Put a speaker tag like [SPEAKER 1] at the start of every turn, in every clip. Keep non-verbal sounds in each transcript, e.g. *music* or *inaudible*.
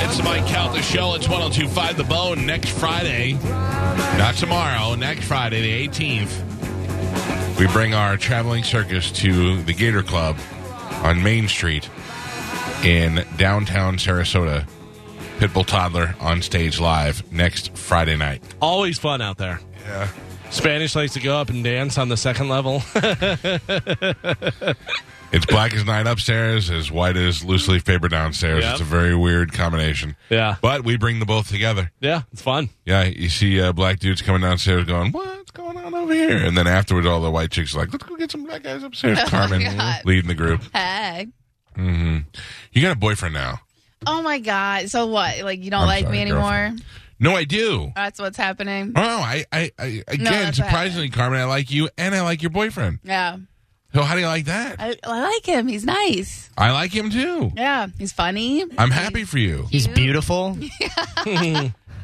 [SPEAKER 1] It's the Mike Calta Show. It's 1025 The Bone next Friday. Not tomorrow, next Friday, the 18th. We bring our traveling circus to the Gator Club on Main Street in downtown Sarasota. Pitbull Toddler on stage live next Friday night.
[SPEAKER 2] Always fun out there.
[SPEAKER 1] Yeah.
[SPEAKER 2] Spanish likes to go up and dance on the
[SPEAKER 1] *laughs*
[SPEAKER 2] second level.
[SPEAKER 1] It's black as night upstairs, as white as loose leaf paper downstairs.
[SPEAKER 2] Yep.
[SPEAKER 1] It's a very weird combination.
[SPEAKER 2] Yeah.
[SPEAKER 1] But we bring the both together.
[SPEAKER 2] yeah, it's fun.
[SPEAKER 1] Yeah, you see uh, black dudes coming downstairs going, What's going on over here? And then afterwards, all the white chicks are like, Let's go get some black guys
[SPEAKER 3] *laughs*
[SPEAKER 1] upstairs. Carmen
[SPEAKER 3] Oh God.
[SPEAKER 1] leading the group.
[SPEAKER 3] Hey.
[SPEAKER 1] hmm You got a boyfriend now.
[SPEAKER 3] Oh my God. So what? Like, you don't
[SPEAKER 1] I'm
[SPEAKER 3] like
[SPEAKER 1] sorry,
[SPEAKER 3] me anymore?
[SPEAKER 1] girlfriend. No, I do.
[SPEAKER 3] That's what's happening.
[SPEAKER 1] Oh, I, I, I again,
[SPEAKER 3] that's what
[SPEAKER 1] surprisingly, Carmen, I like you and I like your boyfriend.
[SPEAKER 3] Yeah.
[SPEAKER 1] So, how do you like that?
[SPEAKER 3] I, I like him. He's nice.
[SPEAKER 1] I like him too.
[SPEAKER 3] Yeah. He's funny.
[SPEAKER 1] I'm happy for you.
[SPEAKER 4] He's beautiful.
[SPEAKER 3] *laughs*
[SPEAKER 1] *laughs*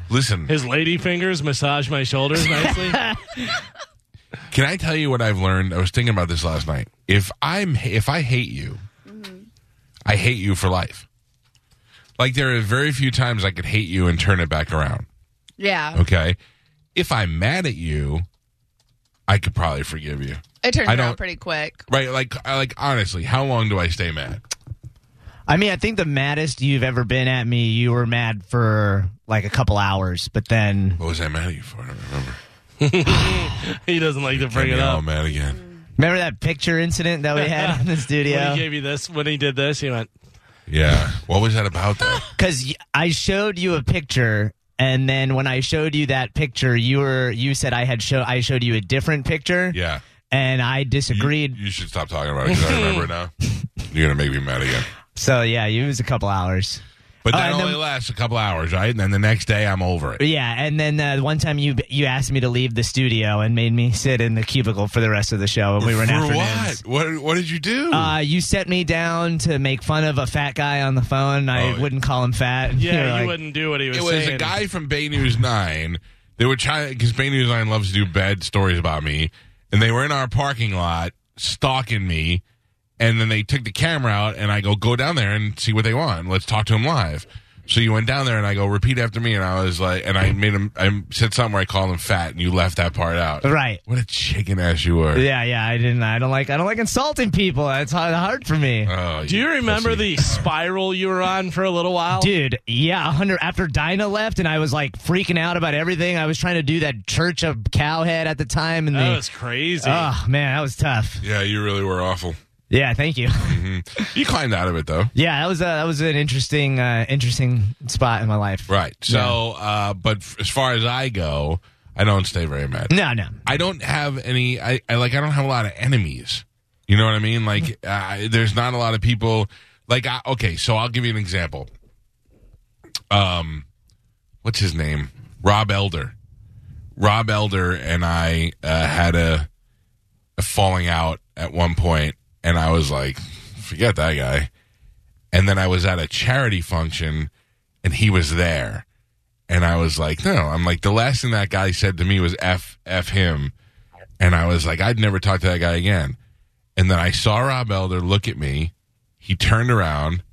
[SPEAKER 1] Listen,
[SPEAKER 2] His lady fingers massage my shoulders
[SPEAKER 1] *laughs*
[SPEAKER 2] nicely.
[SPEAKER 1] Can I tell you what I've learned? I was thinking about this last night. If I'm if I hate you, I hate you for life. Like there are very few times I could hate you and turn it back around.
[SPEAKER 3] Yeah.
[SPEAKER 1] Okay? If I'm mad at you, I could probably forgive you.
[SPEAKER 3] It turns
[SPEAKER 1] I
[SPEAKER 3] around
[SPEAKER 1] don't-
[SPEAKER 3] pretty quick.
[SPEAKER 1] Right? Like I like honestly, how long do I stay mad?
[SPEAKER 4] I mean, I think the maddest you've ever been at me, you were mad for like a couple hours, but then
[SPEAKER 1] What was I mad at you for? I don't remember.
[SPEAKER 2] he doesn't like to bring
[SPEAKER 1] Got
[SPEAKER 2] it
[SPEAKER 1] me all
[SPEAKER 2] up.
[SPEAKER 1] mad again.
[SPEAKER 4] remember that picture incident that we
[SPEAKER 1] *laughs*
[SPEAKER 4] had in the
[SPEAKER 2] When he
[SPEAKER 4] studio?
[SPEAKER 2] gave you this, when he did this, he went,
[SPEAKER 1] Yeah. What was that about
[SPEAKER 2] *laughs*
[SPEAKER 1] though?
[SPEAKER 4] Because I showed you a picture, and then when I showed you that picture, you were you said I had show I showed you a different picture,
[SPEAKER 1] Yeah.
[SPEAKER 4] and I
[SPEAKER 1] You-
[SPEAKER 4] disagreed.
[SPEAKER 1] You, should stop talking about it
[SPEAKER 2] *laughs*
[SPEAKER 1] because I remember it now. You're gonna make me mad again.
[SPEAKER 4] so yeah, it was a couple hours.
[SPEAKER 1] But
[SPEAKER 4] Uh,
[SPEAKER 1] that
[SPEAKER 4] and
[SPEAKER 1] only
[SPEAKER 4] then-
[SPEAKER 1] lasts a couple hours, right? And then the next day, I'm over it.
[SPEAKER 4] But yeah, and then uh, one time you you asked me to leave the studio and made me sit in the cubicle for the rest of the show, and we were in
[SPEAKER 1] For
[SPEAKER 4] afternoons.
[SPEAKER 1] what? What? What did you do?
[SPEAKER 4] Uh, you set me down to make fun of a fat guy on the phone. I
[SPEAKER 1] Oh,
[SPEAKER 4] wouldn't call him fat. *laughs* And
[SPEAKER 2] "Yeah,
[SPEAKER 4] were
[SPEAKER 2] you
[SPEAKER 4] like,
[SPEAKER 2] wouldn't do what he was,
[SPEAKER 1] it was
[SPEAKER 2] saying."
[SPEAKER 1] a guy from Bay News Nine. They were trying because Bay News Nine loves to do bad stories about me, and they were in our parking lot stalking me. And then they took the camera out, and I go go down there and see what they want. Let's talk to him live. So you went down there, and I go repeat after me, and I was like, and I made him. I said something where I called him fat, and you left that part out.
[SPEAKER 4] Right.
[SPEAKER 1] What a chicken ass you were.
[SPEAKER 4] Yeah, yeah. I didn't. I don't like. I don't like insulting people. It's hard, hard for me,
[SPEAKER 1] Oh,
[SPEAKER 2] Do you remember
[SPEAKER 1] pussy.
[SPEAKER 2] the spiral you were on for a little while?
[SPEAKER 4] dude. Yeah, hundred. After Dinah left, and I was like freaking out about everything. I was trying to do that Church of Cowhead at the time, and
[SPEAKER 2] that
[SPEAKER 4] the.
[SPEAKER 2] was crazy.
[SPEAKER 4] Oh man, that was tough.
[SPEAKER 1] Yeah, you really were awful.
[SPEAKER 4] Yeah, thank you.
[SPEAKER 2] Mm-hmm.
[SPEAKER 1] You climbed out of it though.
[SPEAKER 4] *laughs* Yeah, that was a, that was an interesting uh, interesting spot in my life.
[SPEAKER 1] Right. So, uh, but f- as far as I go, I don't stay very mad.
[SPEAKER 4] No, no.
[SPEAKER 1] I don't have any. I, I like. I don't have a lot of enemies. You know what I mean? Like, uh, there's not a lot of people. Like, I, okay, so I'll give you an example. Um, what's his name? Rob Elder. Rob Elder and I uh, had a, a falling out at one point, and I was like, forget that guy. And then I was at a charity function, and he was there. And I was like, no, I'm like, the last thing that guy said to me was F, F him. And I was like, I'd never talk to that guy again. And then I saw Rob Elder look at me. He turned around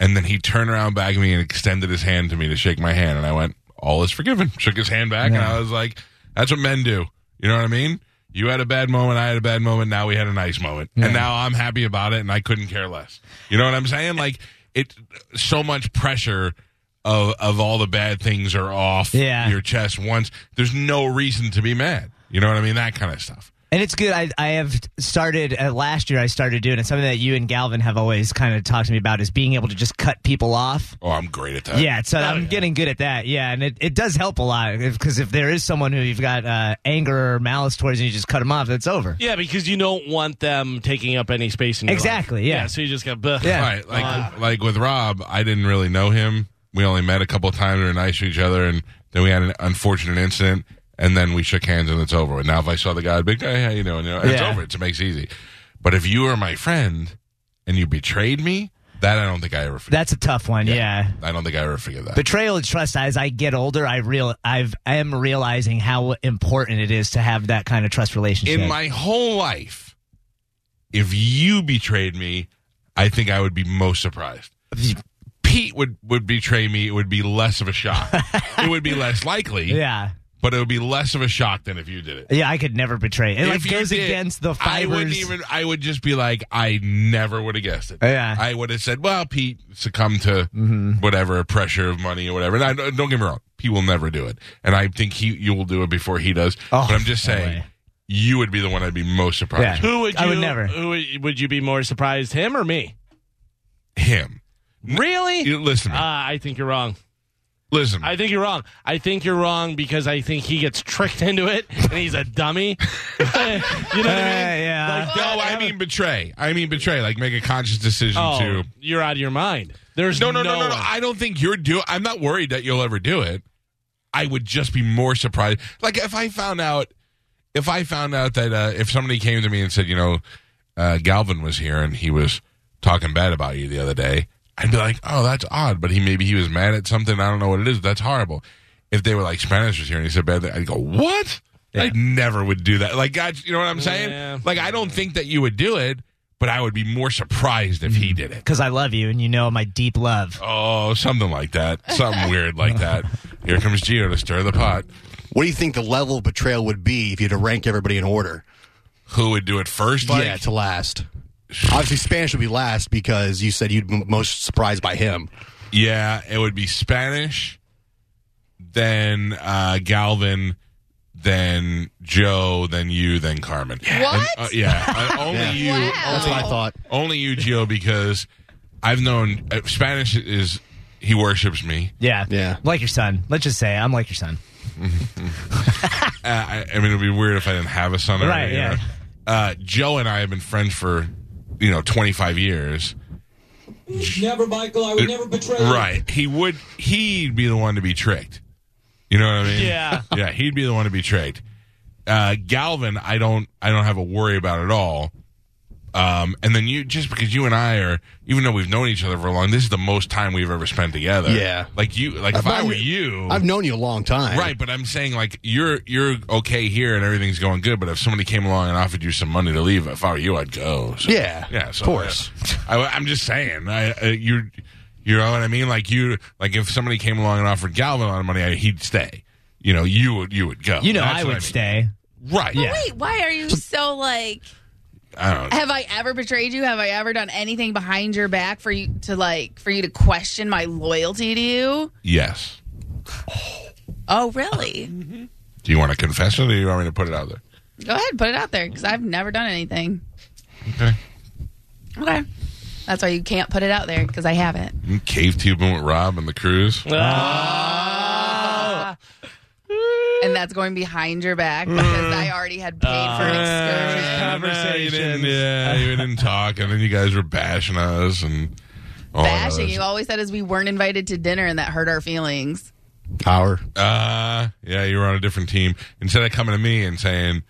[SPEAKER 1] and then he turned around back at me and extended his hand to me to shake my hand. And I went, all is forgiven. *laughs* Shook his hand back. And I was like, that's what men do. You know what I mean? You had a bad moment. I had a bad moment. Now we had a nice moment. And now I'm happy about it. And I couldn't care less. You know what I'm saying? Like, it so much pressure of of all the bad things are off
[SPEAKER 4] Yeah.
[SPEAKER 1] your chest once. There's no reason to be mad. You know what I mean? That kind of stuff.
[SPEAKER 4] And it's good. I, I have started uh, last year. I started doing it. Something that you and Galvin have always kind of talked to me about is being able to just cut people off.
[SPEAKER 1] Oh, I'm great at that.
[SPEAKER 4] Yeah, so I'm getting good at that. Yeah, and it, it does help a lot because if, there is someone who you've got uh, anger or malice towards, and you just cut them off, that's over.
[SPEAKER 2] Yeah, because you don't want them taking up any space in your life.
[SPEAKER 4] Exactly, yeah.
[SPEAKER 2] so you just got. Bleh.
[SPEAKER 4] Yeah.
[SPEAKER 1] Right. Like like with Rob, I didn't really know him. We only met a couple of times. We were nice to each other, and then we had an unfortunate incident, and then we shook hands, and it's over. And now if I saw the guy, I'd be like, hey, how you doing? You know, It's
[SPEAKER 4] Yeah.
[SPEAKER 1] over. It's, it makes it easy. But if you were my friend and you betrayed me, that I don't think I ever forget.
[SPEAKER 4] That's a tough one. yeah.
[SPEAKER 1] I don't think I ever forget that.
[SPEAKER 4] Betrayal and trust. As I get older, I real I've I am realizing how important it is to have that kind of trust relationship.
[SPEAKER 1] in my whole life, if you betrayed me, I think I would be most
[SPEAKER 4] *laughs*
[SPEAKER 1] surprised. Pete would, would betray me, it would be less of a
[SPEAKER 4] *laughs*
[SPEAKER 1] shock. it would be less likely,
[SPEAKER 4] yeah,
[SPEAKER 1] but it would be less of a shock than if you did it.
[SPEAKER 4] yeah, I could never betray. It like
[SPEAKER 1] If you
[SPEAKER 4] goes
[SPEAKER 1] did,
[SPEAKER 4] against the
[SPEAKER 1] I
[SPEAKER 4] fibers.
[SPEAKER 1] wouldn't even. I would just be like, I never would have guessed it.
[SPEAKER 4] Yeah. Mm-hmm.
[SPEAKER 1] I would have said, well, Pete succumbed to whatever pressure of money or whatever. And I, don't get me wrong, Pete will never do it, and I think he you will do it before he does.
[SPEAKER 4] Oh,
[SPEAKER 1] but I'm just
[SPEAKER 4] no
[SPEAKER 1] saying,
[SPEAKER 4] way.
[SPEAKER 1] you would be the one I'd be most surprised.
[SPEAKER 4] Yeah.
[SPEAKER 2] Who would you?
[SPEAKER 4] I would never.
[SPEAKER 2] Who would, would you be more surprised, him or me?
[SPEAKER 1] with. Him.
[SPEAKER 2] Really?
[SPEAKER 1] You- listen, to me.
[SPEAKER 2] Ah, I think you're wrong.
[SPEAKER 1] listen. to me.
[SPEAKER 2] I think you're wrong. I think you're wrong because I think he gets tricked *laughs* into it and he's a dummy. you know what I mean?
[SPEAKER 4] yeah.
[SPEAKER 1] *laughs*
[SPEAKER 2] Like,
[SPEAKER 1] no, I mean betray. I mean betray. Like make a conscious decision
[SPEAKER 2] Oh,
[SPEAKER 1] to.
[SPEAKER 2] you're out of your mind. There's
[SPEAKER 1] No, no, no, no, no.
[SPEAKER 2] way.
[SPEAKER 1] I don't think you're do. I'm not worried that you'll ever do it. I would just be more surprised. Like if I found out, if I found out that uh, if somebody came to me and said, you know, uh, Galvin was here and he was talking bad about you the other day, I'd be like, oh, that's odd. But he maybe he was mad at something. I don't know what it is. That's horrible. If they were like Spanish was here and he said bad, thing, I'd go what? I never would do that. Like God, you know what I'm saying?
[SPEAKER 2] Yeah.
[SPEAKER 1] Like I don't think that you would do it, but I would be more surprised if
[SPEAKER 2] Hmm.
[SPEAKER 1] he did it.
[SPEAKER 4] Because I love you, and you know my deep love.
[SPEAKER 1] Oh, something like that. Something weird like that. Here comes Gio to stir the pot.
[SPEAKER 5] What do you think the level of betrayal would be if you had to rank everybody in order?
[SPEAKER 1] Who would do it first? Like,
[SPEAKER 5] yeah, to last. Obviously, Spanish would be last because you said you'd be most surprised by him.
[SPEAKER 1] yeah, it would be Spanish, then uh, Galvin, then Joe, then you, then Carmen.
[SPEAKER 3] What?
[SPEAKER 1] And, uh, yeah, uh, only you.
[SPEAKER 3] Wow.
[SPEAKER 5] That's what I
[SPEAKER 1] only-
[SPEAKER 5] thought.
[SPEAKER 1] Only you, Gio, because I've known uh, Spanish is he worships me.
[SPEAKER 4] Yeah,
[SPEAKER 5] Yeah.
[SPEAKER 4] Like your son. Let's just say I'm like your son.
[SPEAKER 1] Uh, I, I mean, it'd be weird if I didn't have a son.
[SPEAKER 4] Right,
[SPEAKER 1] already, you
[SPEAKER 4] yeah.
[SPEAKER 1] know? Uh, Joe and I have been friends for you know 25 years.
[SPEAKER 6] Never, Michael. I would never betray you.
[SPEAKER 1] Right. He would. He'd be the one to be tricked. You know what I mean?
[SPEAKER 2] Yeah.
[SPEAKER 1] *laughs* yeah. He'd be the one to be tricked. Uh, Galvin, I don't. I don't have a worry about at all. Um, and then you, just because you and I are, even though we've known each other for long, this is the most time we've ever spent together.
[SPEAKER 5] Yeah.
[SPEAKER 1] Like you, like if
[SPEAKER 5] I've
[SPEAKER 1] I
[SPEAKER 5] known
[SPEAKER 1] were you,
[SPEAKER 5] I've known you a long time.
[SPEAKER 1] right. But I'm saying like you're you're okay here and everything's going good. But if somebody came along and offered you some money to leave, if I were you, I'd go. So-
[SPEAKER 5] Yeah.
[SPEAKER 1] yeah, so,
[SPEAKER 5] of course.
[SPEAKER 1] I, am just saying. I, uh, you, you know what I mean? Like you, like if somebody came along and offered Galvin a lot of money, I, he'd stay. You know, you would, you would go.
[SPEAKER 4] You know
[SPEAKER 1] That's
[SPEAKER 4] I
[SPEAKER 1] what
[SPEAKER 4] would
[SPEAKER 1] mean.
[SPEAKER 4] stay.
[SPEAKER 1] Right.
[SPEAKER 3] But wait, why are you so like?
[SPEAKER 1] I don't know.
[SPEAKER 3] Have I ever betrayed you? Have I ever done anything behind your back for you to like for you to question my loyalty to you?
[SPEAKER 1] Yes.
[SPEAKER 3] Oh, really?
[SPEAKER 1] Do you want to confess it, or do you want me to put it out there?
[SPEAKER 3] Go ahead, put it out there because I've never done anything.
[SPEAKER 1] Okay.
[SPEAKER 3] Okay, that's why you can't put it out there because I haven't.
[SPEAKER 1] You cave tubing with Rob and the cruise.
[SPEAKER 3] and that's going behind your back
[SPEAKER 1] Mm.
[SPEAKER 3] because I already had paid
[SPEAKER 1] Uh,
[SPEAKER 3] for an excursion.
[SPEAKER 1] you
[SPEAKER 2] Conversations.
[SPEAKER 1] didn't, yeah, you didn't talk, and then you guys were bashing us and all that
[SPEAKER 3] Bashing
[SPEAKER 1] other
[SPEAKER 3] you always said is we weren't invited to dinner and that hurt our feelings.
[SPEAKER 5] Power.
[SPEAKER 1] Uh, yeah, you were on a different team. Instead of coming to me and saying,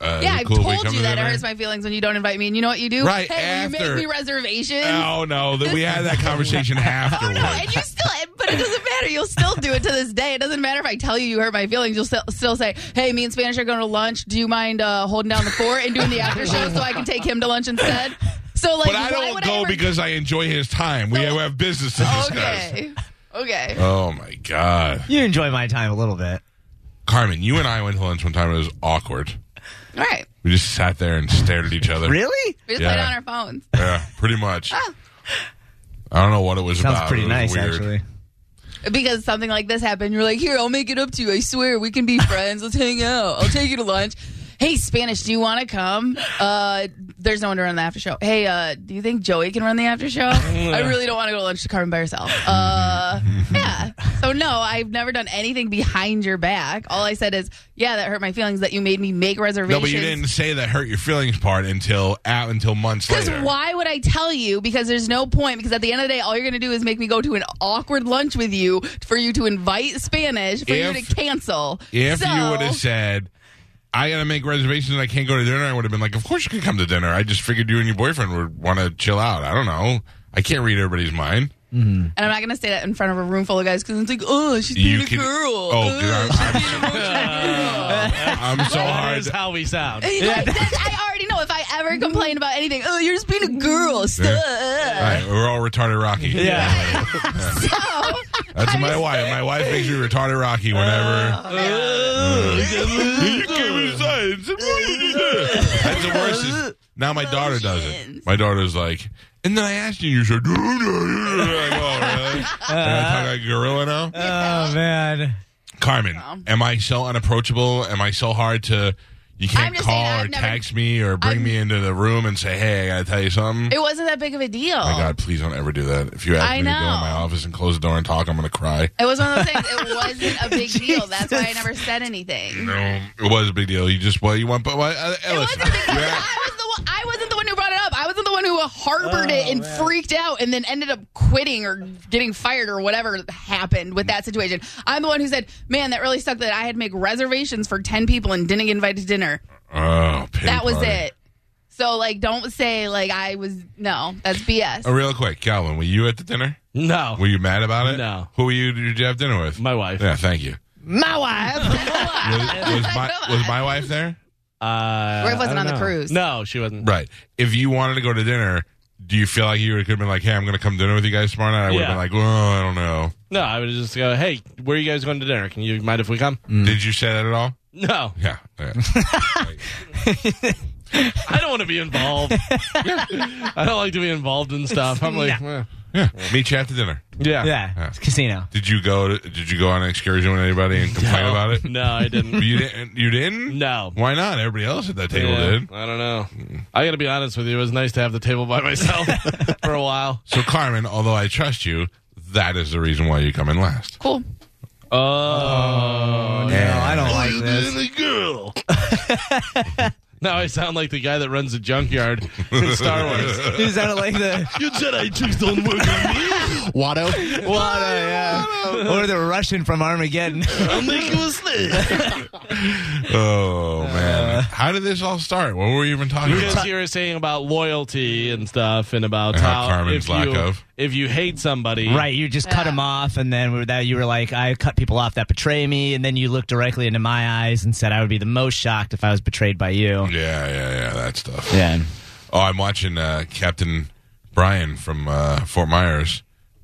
[SPEAKER 1] uh,
[SPEAKER 3] yeah,
[SPEAKER 1] is it
[SPEAKER 3] I've
[SPEAKER 1] cool if we
[SPEAKER 3] told
[SPEAKER 1] come
[SPEAKER 3] you
[SPEAKER 1] to
[SPEAKER 3] that it
[SPEAKER 1] dinner?
[SPEAKER 3] hurts my feelings when you don't invite me, and you know what you do?
[SPEAKER 1] Right
[SPEAKER 3] hey, will
[SPEAKER 1] after.
[SPEAKER 3] you make me reservations.
[SPEAKER 1] Oh no, that we had that
[SPEAKER 3] *laughs*
[SPEAKER 1] conversation
[SPEAKER 3] Oh
[SPEAKER 1] afterwards.
[SPEAKER 3] no, and you still, but it doesn't matter. You'll still do it to this day. It doesn't matter if I tell you you hurt my feelings. You'll still, still say, "Hey, me and Spanish are going to lunch. Do you mind uh, holding down the fort and doing the after show so I can take him to lunch instead?" So like,
[SPEAKER 1] but I
[SPEAKER 3] why
[SPEAKER 1] don't
[SPEAKER 3] would
[SPEAKER 1] go
[SPEAKER 3] ever- Oh.
[SPEAKER 1] because I enjoy his time. We have, business to discuss.
[SPEAKER 3] okay, okay.
[SPEAKER 1] Oh my god,
[SPEAKER 4] You enjoy my time a little bit.
[SPEAKER 1] Carmen, you and I went to lunch one time. It was awkward.
[SPEAKER 3] All right.
[SPEAKER 1] We just sat there and stared at each other.
[SPEAKER 4] Really?
[SPEAKER 3] We just
[SPEAKER 1] Yeah.
[SPEAKER 3] played on our phones.
[SPEAKER 1] Yeah, pretty much.
[SPEAKER 3] Ah.
[SPEAKER 1] I don't know what it was
[SPEAKER 4] Sounds
[SPEAKER 1] about.
[SPEAKER 4] pretty
[SPEAKER 1] It was
[SPEAKER 4] nice,
[SPEAKER 1] weird.
[SPEAKER 4] actually.
[SPEAKER 3] Because something like this happened, you're like, here, I'll make it up to you. I swear, we can be friends. Let's hang out. I'll take you to lunch. hey, Spanish, do you want to come? Uh, there's no one to run the after show. Hey, uh, do you think Joey can run the after show? I really don't want to go to lunch to Carmen by herself.
[SPEAKER 1] *laughs*
[SPEAKER 3] Uh, yeah. So, no, I've never done anything behind your back. All I said is, yeah, that hurt my feelings that you made me make
[SPEAKER 1] No,
[SPEAKER 3] reservations.
[SPEAKER 1] but you didn't say that hurt your feelings part until out until months
[SPEAKER 3] Because
[SPEAKER 1] later.
[SPEAKER 3] why would I tell you? Because there's no point. Because at the end of the day, all you're going to do is make me go to an awkward lunch with you for you to invite Spanish for you
[SPEAKER 1] If-
[SPEAKER 3] to cancel.
[SPEAKER 1] If
[SPEAKER 3] So-
[SPEAKER 1] you would have said, "I got to make reservations and I can't go to dinner," I would have been like, "Of course you can come to dinner." I just figured you and your boyfriend would want to chill out. I don't know. I can't read everybody's mind.
[SPEAKER 3] and I'm not going to say that in front of a room full of guys because it's like, oh, she's being
[SPEAKER 1] You
[SPEAKER 3] a
[SPEAKER 1] can-
[SPEAKER 3] girl.
[SPEAKER 1] Oh,
[SPEAKER 3] Ugh,
[SPEAKER 1] God,
[SPEAKER 3] *laughs* she's
[SPEAKER 1] I'm-
[SPEAKER 3] being an emotional girl."
[SPEAKER 1] *laughs* I'm so
[SPEAKER 2] That
[SPEAKER 1] hard.
[SPEAKER 2] is how we sound.
[SPEAKER 3] Like, that's- I already know if I ever complain about anything, oh, you're just being a girl. Stuh.
[SPEAKER 1] All right, we're all retarded Rocky.
[SPEAKER 2] Yeah.
[SPEAKER 3] So,
[SPEAKER 1] That's my wife. My wife makes me retarded Rocky
[SPEAKER 3] Uh,
[SPEAKER 1] whenever. you came inside. and said, "Why did you do that?" That's the worst. is- now my daughter does it. My daughter's like, and then I asked you, you said, "No, no, no." Like, oh,
[SPEAKER 3] *laughs*
[SPEAKER 1] really? And I talk like a gorilla now?
[SPEAKER 4] *laughs* Oh man.
[SPEAKER 1] Carmen, am I so unapproachable? Am I so hard to? You
[SPEAKER 3] I'm
[SPEAKER 1] can't
[SPEAKER 3] just
[SPEAKER 1] call
[SPEAKER 3] saying, I've
[SPEAKER 1] or
[SPEAKER 3] never-
[SPEAKER 1] text me or bring me into the room and say, "Hey, I gotta tell you something."
[SPEAKER 3] it wasn't that big of a deal.
[SPEAKER 1] Oh my God, please don't ever do that. If you ask
[SPEAKER 3] I
[SPEAKER 1] me to go in
[SPEAKER 3] know.
[SPEAKER 1] my office and close the door and talk, I'm gonna cry.
[SPEAKER 3] It was one of those
[SPEAKER 1] *laughs*
[SPEAKER 3] things. It wasn't a big deal. That's why I never said anything.
[SPEAKER 1] No, it was a big deal. You just well, you want, but well, uh,
[SPEAKER 3] It
[SPEAKER 1] listen,
[SPEAKER 3] wasn't a big deal.
[SPEAKER 1] you're at-
[SPEAKER 3] *laughs* I was the one. I wasn't the one who brought it up. I wasn't the one who harbored it and freaked out and then ended up quitting or getting fired or whatever happened with that situation. I'm the one who said, "Man, that really sucked that I had to make reservations for ten people and didn't get invited to dinner."
[SPEAKER 1] oh, pity
[SPEAKER 3] That was
[SPEAKER 1] party.
[SPEAKER 3] it. So like, don't say like I was. No, that's BS.
[SPEAKER 1] Oh, real quick, Calvin, were you at the dinner?
[SPEAKER 2] No.
[SPEAKER 1] Were you mad about it?
[SPEAKER 2] No.
[SPEAKER 1] Who were you? Did you have dinner with?
[SPEAKER 2] My wife.
[SPEAKER 1] Yeah, thank you.
[SPEAKER 4] My wife.
[SPEAKER 1] *laughs* Was, was my was my wife there?
[SPEAKER 2] Uh,
[SPEAKER 3] Riff wasn't
[SPEAKER 2] I don't
[SPEAKER 3] on the
[SPEAKER 2] know.
[SPEAKER 3] cruise.
[SPEAKER 2] No, she wasn't.
[SPEAKER 1] Right. If you wanted to go to dinner, do you feel like you could have been like, "Hey, I'm going to come dinner with you guys tomorrow night"? I would have
[SPEAKER 2] Yeah.
[SPEAKER 1] been like, "Well, I don't know."
[SPEAKER 2] No, I would just go, hey, where are you guys going to dinner? Can you mind if we come? *laughs*
[SPEAKER 1] Did you say that at all?
[SPEAKER 2] No,
[SPEAKER 1] Yeah. yeah.
[SPEAKER 2] *laughs* I don't want to be involved.
[SPEAKER 1] *laughs*
[SPEAKER 2] I don't like to be involved in stuff. I'm like, eh.
[SPEAKER 1] yeah. Meet you after dinner.
[SPEAKER 2] yeah.
[SPEAKER 4] yeah. It's casino.
[SPEAKER 1] Did you go? To, did you go on an excursion with anybody and complain
[SPEAKER 2] No. *laughs*
[SPEAKER 1] about it?
[SPEAKER 2] No, I didn't.
[SPEAKER 1] You didn't. You didn't.
[SPEAKER 2] No.
[SPEAKER 1] Why not? Everybody else at that table
[SPEAKER 2] Yeah,
[SPEAKER 1] did.
[SPEAKER 2] I don't know. I got to be honest with you. It was nice to have the table by *laughs* myself for a while.
[SPEAKER 1] So Carmen, although I trust you, that is the reason why you come in last.
[SPEAKER 3] Cool.
[SPEAKER 2] Oh,
[SPEAKER 4] No, I don't like
[SPEAKER 1] *laughs*
[SPEAKER 4] this.
[SPEAKER 2] girl. *laughs* now I sound like the guy that runs the junkyard in *laughs* Star Wars.
[SPEAKER 4] You sounded like the
[SPEAKER 2] You Jedi tricks don't work on me.
[SPEAKER 5] Watto.
[SPEAKER 7] *laughs*
[SPEAKER 4] Wada, yeah. or the Russian
[SPEAKER 1] *laughs*
[SPEAKER 4] from Armageddon.
[SPEAKER 2] I'll make you a slave.
[SPEAKER 1] Oh man, how did this all start? What were we even talking about?
[SPEAKER 2] Because you were saying about loyalty and stuff, and about
[SPEAKER 1] And how
[SPEAKER 2] how,
[SPEAKER 1] Carmen's
[SPEAKER 2] if,
[SPEAKER 1] lack
[SPEAKER 2] you,
[SPEAKER 1] of.
[SPEAKER 2] if you hate somebody,
[SPEAKER 4] Right, you just cut him off, and then with that you were like, "I cut people off that betray me," and then you looked directly into my eyes and said, "I would be the most shocked if I was betrayed by you."
[SPEAKER 1] yeah, yeah, yeah, that stuff.
[SPEAKER 4] Yeah,
[SPEAKER 1] Oh, I'm watching uh, Captain Brian from uh, Fort Myers,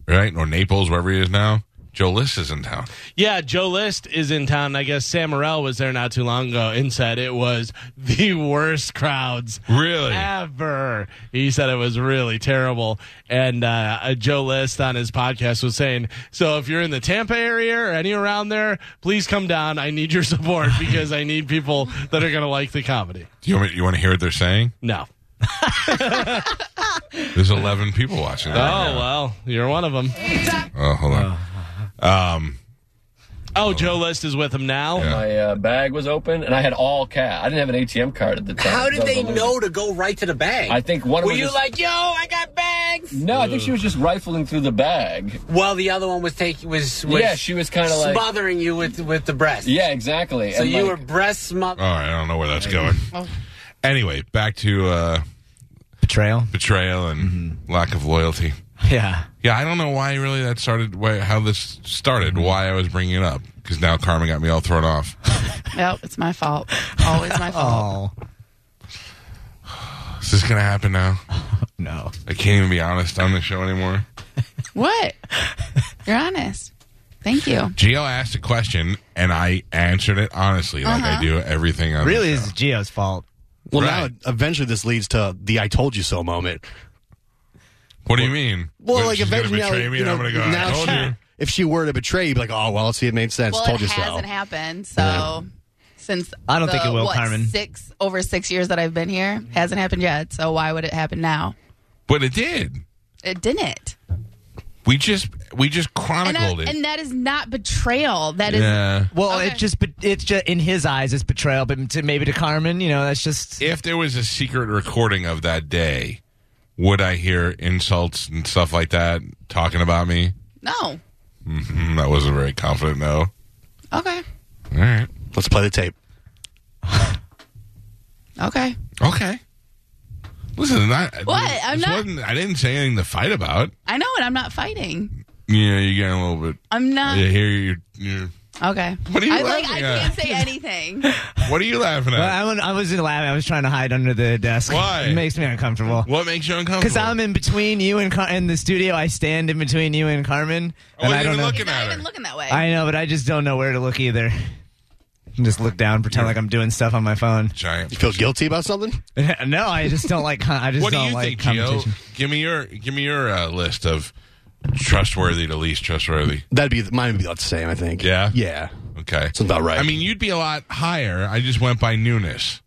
[SPEAKER 1] right? Or Naples, wherever he is now. Joe List is in town.
[SPEAKER 2] Yeah, Joe List is in town. I guess Sam Morril was there not too long ago and said it was the worst crowds
[SPEAKER 1] Really?
[SPEAKER 2] Uh, ever. He said it was really terrible. And uh, uh, Joe List on his podcast was saying, so if you're in the Tampa area or any around there, please come down. I need your support *laughs* because I need people that are going to like the comedy.
[SPEAKER 1] Do you want, me- you want to hear what they're saying?
[SPEAKER 2] No.
[SPEAKER 1] There's 11 people watching.
[SPEAKER 2] Oh, well, you're one of them.
[SPEAKER 1] Oh, hold on. Um,
[SPEAKER 2] Oh, Joe List is with him now.
[SPEAKER 7] My uh, bag was open, and I had all cash. I didn't have an ATM card at the time.
[SPEAKER 8] How
[SPEAKER 7] So
[SPEAKER 8] did
[SPEAKER 7] I was
[SPEAKER 8] they
[SPEAKER 7] on the-
[SPEAKER 8] know to go right to the bag?
[SPEAKER 7] I think one of
[SPEAKER 8] Were
[SPEAKER 7] them
[SPEAKER 8] you
[SPEAKER 7] just-
[SPEAKER 8] like, yo, I got bags?
[SPEAKER 7] No, I think she was just rifling through the bag.
[SPEAKER 8] While the other one was taking was, was
[SPEAKER 7] yeah, she was kind of like.
[SPEAKER 8] smothering you with with the breast.
[SPEAKER 7] Yeah, exactly.
[SPEAKER 8] So
[SPEAKER 7] And,
[SPEAKER 8] you
[SPEAKER 7] like,
[SPEAKER 8] were breast
[SPEAKER 1] all
[SPEAKER 8] smothered.
[SPEAKER 1] right, I don't know where that's going. Anyway, back to uh,
[SPEAKER 4] betrayal.
[SPEAKER 1] betrayal and lack of loyalty.
[SPEAKER 4] Yeah,
[SPEAKER 1] Yeah, I don't know why really that started, why, how this started, why I was bringing it up. Because now Carmen got me all thrown off. *laughs*
[SPEAKER 3] Yep, it's my fault. Always my fault.
[SPEAKER 4] oh
[SPEAKER 1] Is this going to happen now?
[SPEAKER 4] no.
[SPEAKER 1] I can't even be honest on the show anymore.
[SPEAKER 3] What? You're honest. Thank you.
[SPEAKER 1] Gio asked a question, and I answered it honestly, like
[SPEAKER 5] Uh-huh.
[SPEAKER 1] I do everything. On the
[SPEAKER 4] Really,
[SPEAKER 1] show.
[SPEAKER 4] is Geo's fault.
[SPEAKER 5] Well,
[SPEAKER 1] Right.
[SPEAKER 5] now eventually this leads to the "I told you so" moment.
[SPEAKER 1] What do you mean?
[SPEAKER 5] Well,
[SPEAKER 1] What,
[SPEAKER 5] like
[SPEAKER 1] she's gonna
[SPEAKER 5] eventually,
[SPEAKER 1] betray
[SPEAKER 5] now,
[SPEAKER 1] me,
[SPEAKER 5] you
[SPEAKER 1] and
[SPEAKER 5] know,
[SPEAKER 1] I'm gonna go.
[SPEAKER 5] now
[SPEAKER 1] I told
[SPEAKER 5] she-
[SPEAKER 1] you.
[SPEAKER 5] if she were to betray, you'd be like, "Oh well, see, it made sense.
[SPEAKER 3] Well,
[SPEAKER 5] told
[SPEAKER 3] it
[SPEAKER 5] you so."
[SPEAKER 3] hasn't happened, so since
[SPEAKER 4] I don't think
[SPEAKER 3] the,
[SPEAKER 4] it will,
[SPEAKER 3] what,
[SPEAKER 4] Carmen.
[SPEAKER 3] Six over six years that I've been here hasn't happened yet. So why would it happen now?
[SPEAKER 1] But it did.
[SPEAKER 3] It didn't.
[SPEAKER 1] We just we just
[SPEAKER 3] And, I-
[SPEAKER 1] chronicled it.
[SPEAKER 3] and that is not betrayal. That is
[SPEAKER 1] yeah.
[SPEAKER 4] Well,
[SPEAKER 3] Okay.
[SPEAKER 4] it just it's just in his eyes it's betrayal, but to, maybe to Carmen, you know, that's just
[SPEAKER 1] If there was a secret recording of that day, would I hear insults and stuff like that talking about me?
[SPEAKER 3] no.
[SPEAKER 1] Mm, I wasn't very confident, no.
[SPEAKER 3] Okay.
[SPEAKER 1] All right.
[SPEAKER 5] Let's play the tape.
[SPEAKER 3] Okay.
[SPEAKER 1] Okay. Listen, I,
[SPEAKER 3] What?
[SPEAKER 1] this
[SPEAKER 3] I'm not-
[SPEAKER 1] wasn't- I didn't say anything to fight about.
[SPEAKER 3] I know it. I'm not fighting.
[SPEAKER 1] Yeah, you're getting a little bit.
[SPEAKER 3] I'm not.
[SPEAKER 1] yeah, here you're, you're.
[SPEAKER 3] Okay.
[SPEAKER 1] What are you
[SPEAKER 3] I, like, I
[SPEAKER 1] laughing at?
[SPEAKER 3] can't
[SPEAKER 1] *laughs*
[SPEAKER 3] say anything.
[SPEAKER 1] What are you laughing
[SPEAKER 4] Well,
[SPEAKER 1] at?
[SPEAKER 4] I, wa- I wasn't laughing. I was trying to hide under the desk.
[SPEAKER 1] Why?
[SPEAKER 4] It makes me uncomfortable.
[SPEAKER 1] what makes you uncomfortable?
[SPEAKER 4] Because I'm in between you and Car- in the studio. I stand in between you and Carmen,
[SPEAKER 1] I
[SPEAKER 4] and
[SPEAKER 1] wasn't
[SPEAKER 4] I don't
[SPEAKER 1] even
[SPEAKER 4] know.
[SPEAKER 1] looking
[SPEAKER 3] not
[SPEAKER 1] at her.
[SPEAKER 3] even looking that way.
[SPEAKER 4] I know, but I just don't know where to look either. Just look down, pretend like I'm doing stuff on my phone. *laughs*
[SPEAKER 1] Giant.
[SPEAKER 5] You feel guilty about something?
[SPEAKER 4] no, I just don't like. con- I just
[SPEAKER 1] What do
[SPEAKER 4] don't
[SPEAKER 1] you
[SPEAKER 4] like
[SPEAKER 1] think, Gio?
[SPEAKER 4] competition.
[SPEAKER 1] Give me your give me your uh, list of trustworthy to least trustworthy.
[SPEAKER 5] That'd be mine. Would be about the same. I think.
[SPEAKER 1] Yeah?
[SPEAKER 5] Yeah.
[SPEAKER 1] Okay,
[SPEAKER 5] Sounds about right.
[SPEAKER 1] I mean, you'd be a lot higher. I just went by newness.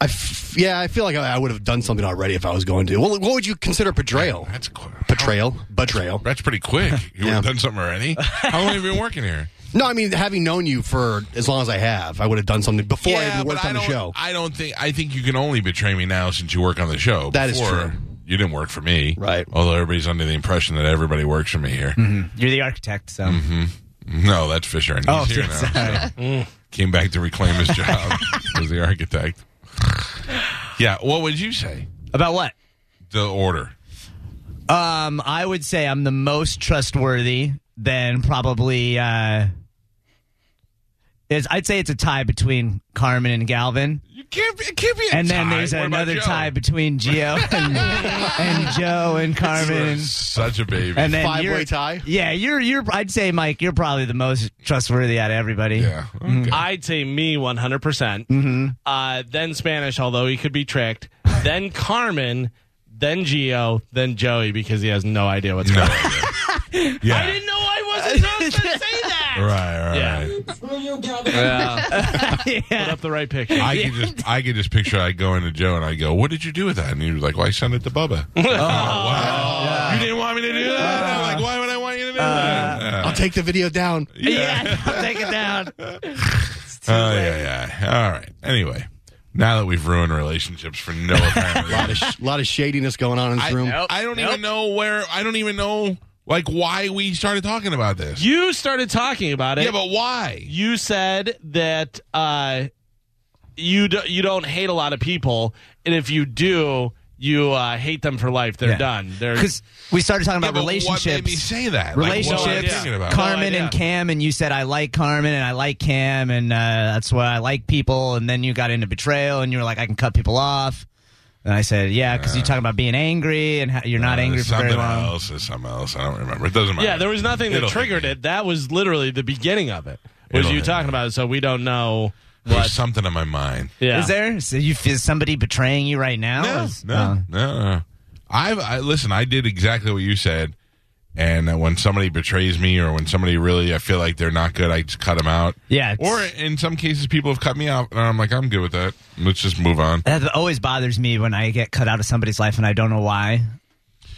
[SPEAKER 5] I f- yeah, I feel like I, I would have done something already if I was going to. Well, what would you consider
[SPEAKER 4] Oh.
[SPEAKER 5] betrayal?
[SPEAKER 1] That's qu-
[SPEAKER 5] Betrayal, betrayal.
[SPEAKER 1] That's pretty quick.
[SPEAKER 4] *laughs*
[SPEAKER 1] You
[SPEAKER 5] Yeah.
[SPEAKER 1] have done something already. How long have you been working here?
[SPEAKER 5] No, I mean having known you for as long as I have, I would have done something before I even worked
[SPEAKER 1] I
[SPEAKER 5] on the
[SPEAKER 1] don't.
[SPEAKER 5] show.
[SPEAKER 1] I don't think. I think you can only betray me now since you work on the show.
[SPEAKER 5] That is
[SPEAKER 1] Before,
[SPEAKER 5] true.
[SPEAKER 1] You didn't work for me,
[SPEAKER 5] Right.
[SPEAKER 1] Although everybody's under the impression that everybody works for me here.
[SPEAKER 4] You're the architect, so
[SPEAKER 1] Mm-hmm. No, that's Fisher, and he's
[SPEAKER 4] Oh,
[SPEAKER 1] here
[SPEAKER 4] yes.
[SPEAKER 1] now. so.
[SPEAKER 2] Mm.
[SPEAKER 1] Came back to reclaim his job as the architect. Yeah. What would you say?
[SPEAKER 4] about what?
[SPEAKER 1] The order.
[SPEAKER 4] Um, I would say I'm the most trustworthy. Then probably uh, is I'd say it's a tie between Carmen and Galvin,
[SPEAKER 1] You can't. Be, it can't be. A
[SPEAKER 4] and then
[SPEAKER 1] tie.
[SPEAKER 4] there's
[SPEAKER 1] What about
[SPEAKER 4] another
[SPEAKER 1] Joe?
[SPEAKER 4] tie
[SPEAKER 1] *laughs*
[SPEAKER 4] between Gio and, and Joe and Carmen.
[SPEAKER 1] You're such a baby.
[SPEAKER 4] And then
[SPEAKER 5] Five-way
[SPEAKER 4] you're-
[SPEAKER 5] tie?
[SPEAKER 4] Yeah, you're you're. I'd say Mike, you're probably the most trustworthy out of everybody. *laughs*
[SPEAKER 1] yeah. Okay.
[SPEAKER 2] I'd say me 100%. percent Uh, then Spanish, although he could be tricked. then Carmen. Then Gio. Then Joey because he has no idea what's
[SPEAKER 1] No
[SPEAKER 2] going on.
[SPEAKER 1] idea. yeah.
[SPEAKER 2] I didn't know I wasn't supposed to say that.
[SPEAKER 1] Right. Right.
[SPEAKER 2] Yeah.
[SPEAKER 1] right.
[SPEAKER 6] Screw you, Gavin.
[SPEAKER 2] Put up the right picture.
[SPEAKER 1] I could just I could just picture I go into Joe and I go, "What did you do with that?" And he was like, "Well, I sent it to
[SPEAKER 4] *laughs*
[SPEAKER 1] Bubba." oh, wow. You didn't want me to do that. I'm like, why would I want you to do that?
[SPEAKER 5] I'll take the
[SPEAKER 1] *laughs*
[SPEAKER 5] video down.
[SPEAKER 4] Uh, yeah, I'll take it down.
[SPEAKER 1] Oh yeah, yeah. All right. Anyway, now that we've ruined relationships for no
[SPEAKER 4] *laughs*
[SPEAKER 1] apparent
[SPEAKER 5] A lot
[SPEAKER 1] reason,
[SPEAKER 5] of, sh- lot of shadiness going on in this
[SPEAKER 1] I,
[SPEAKER 5] room.
[SPEAKER 1] I don't even know where. I don't even know like why we started talking about this.
[SPEAKER 2] You started talking about it.
[SPEAKER 1] yeah, but why?
[SPEAKER 2] you said that uh, you do, you don't hate a lot of people, and if you do, you uh, hate them for life. They're
[SPEAKER 4] Yeah.
[SPEAKER 2] done. They're
[SPEAKER 4] Because we started talking
[SPEAKER 1] Yeah,
[SPEAKER 4] about
[SPEAKER 1] but
[SPEAKER 4] relationships.
[SPEAKER 1] What made me say that? Like, what was I
[SPEAKER 4] relationships,
[SPEAKER 1] thinking about?
[SPEAKER 2] No
[SPEAKER 4] Carmen
[SPEAKER 2] idea.
[SPEAKER 4] and Cam, and you said I like Carmen and I like Cam, and uh, that's why I like people. And then you got into betrayal, and you were like, I can cut people off. And I said, Yeah, because you talk about being angry, and how you're not
[SPEAKER 1] Uh,
[SPEAKER 4] angry
[SPEAKER 1] there's
[SPEAKER 4] for very
[SPEAKER 1] something
[SPEAKER 4] long.
[SPEAKER 1] else. There's something else. I don't remember. It doesn't matter.
[SPEAKER 2] yeah. There was nothing that
[SPEAKER 1] It'll hit
[SPEAKER 2] triggered
[SPEAKER 1] me.
[SPEAKER 2] it. That was literally the beginning of it. Was
[SPEAKER 1] It'll
[SPEAKER 2] you
[SPEAKER 1] hit
[SPEAKER 2] talking
[SPEAKER 1] me.
[SPEAKER 2] about it? So we don't know
[SPEAKER 1] There's
[SPEAKER 2] what.
[SPEAKER 1] something on my mind.
[SPEAKER 2] Yeah.
[SPEAKER 4] Is there? So you is somebody betraying you right now?
[SPEAKER 1] No,
[SPEAKER 4] Is-
[SPEAKER 1] no,
[SPEAKER 4] uh,
[SPEAKER 1] no, no. I've I, listen. I did exactly what you said. And when somebody betrays me, or when somebody really I feel like they're not good, I just cut them out.
[SPEAKER 4] Yeah, it's-
[SPEAKER 1] Or in some cases, people have cut me out, and I'm like, I'm good with that. Let's just move on.
[SPEAKER 4] That always bothers me when I get cut out of somebody's life, and I don't know why.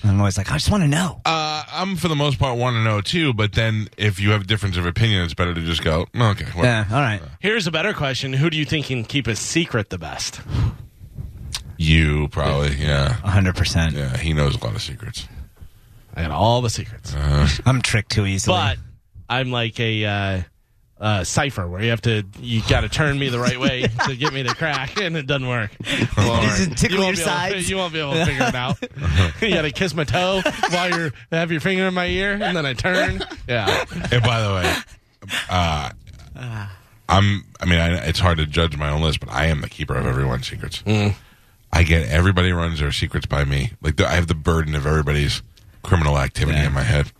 [SPEAKER 4] I'm always like, I just want to know.
[SPEAKER 1] Uh, I'm for the most part want to know too, but then if you have a difference of opinion, it's better to just go. Okay, well,
[SPEAKER 4] yeah, all right.
[SPEAKER 2] Here's a better question: Who do you think can keep a secret the best?
[SPEAKER 1] you probably, yeah,
[SPEAKER 4] 100%.
[SPEAKER 1] yeah. He knows a lot of secrets.
[SPEAKER 2] I got all the secrets,
[SPEAKER 4] I'm tricked too easily.
[SPEAKER 2] but I'm like a. Uh, uh, cipher where you have to you got to turn me the right way to get me to crack and it doesn't work.
[SPEAKER 4] Doesn't tickle
[SPEAKER 2] won't
[SPEAKER 4] your
[SPEAKER 2] be able to-
[SPEAKER 4] sides?
[SPEAKER 2] you won't be able to figure it out. you got to kiss my toe while you're have your finger in my ear, and then I turn. Yeah,
[SPEAKER 1] And by the way, uh, I'm. I mean, I, it's hard to judge my own list, but I am the keeper of everyone's secrets.
[SPEAKER 2] Mm.
[SPEAKER 1] I get everybody runs their secrets by me. Like the, I have the burden of everybody's criminal activity in my head.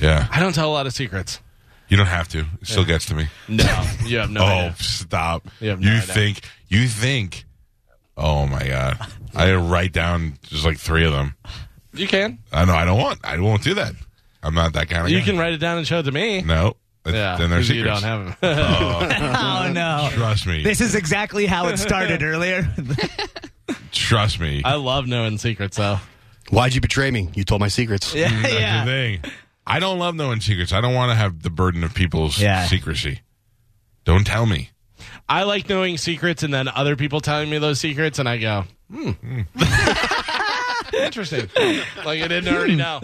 [SPEAKER 1] Yeah,
[SPEAKER 2] I don't tell a lot of secrets.
[SPEAKER 1] you don't have to. It still gets to me.
[SPEAKER 2] No, you have no.
[SPEAKER 1] oh,
[SPEAKER 2] idea.
[SPEAKER 1] stop!
[SPEAKER 2] You have no
[SPEAKER 1] you
[SPEAKER 2] idea.
[SPEAKER 1] think you think? Oh my god! I write down just like three of them.
[SPEAKER 2] you can.
[SPEAKER 1] I know I don't want. I won't do that. I'm not that kind of.
[SPEAKER 2] You
[SPEAKER 1] guy.
[SPEAKER 2] can write it down and show it to me.
[SPEAKER 1] No, That's,
[SPEAKER 2] Yeah,
[SPEAKER 1] Then they're
[SPEAKER 2] 'cause you
[SPEAKER 1] secrets.
[SPEAKER 2] don't have 'em.
[SPEAKER 4] Oh no!
[SPEAKER 1] Trust me.
[SPEAKER 4] This is exactly how
[SPEAKER 1] *laughs*
[SPEAKER 4] it started earlier.
[SPEAKER 1] Trust me.
[SPEAKER 2] I love knowing secrets though.
[SPEAKER 5] Why'd you betray me? You told my secrets.
[SPEAKER 4] yeah,
[SPEAKER 1] That's the
[SPEAKER 4] yeah.
[SPEAKER 1] thing. I don't love knowing secrets. I don't want to have the burden of people's
[SPEAKER 4] Yeah.
[SPEAKER 1] secrecy. Don't tell me.
[SPEAKER 2] I like knowing secrets and then other people telling me those secrets, and I go, *laughs* hmm. Interesting. Like I didn't already know.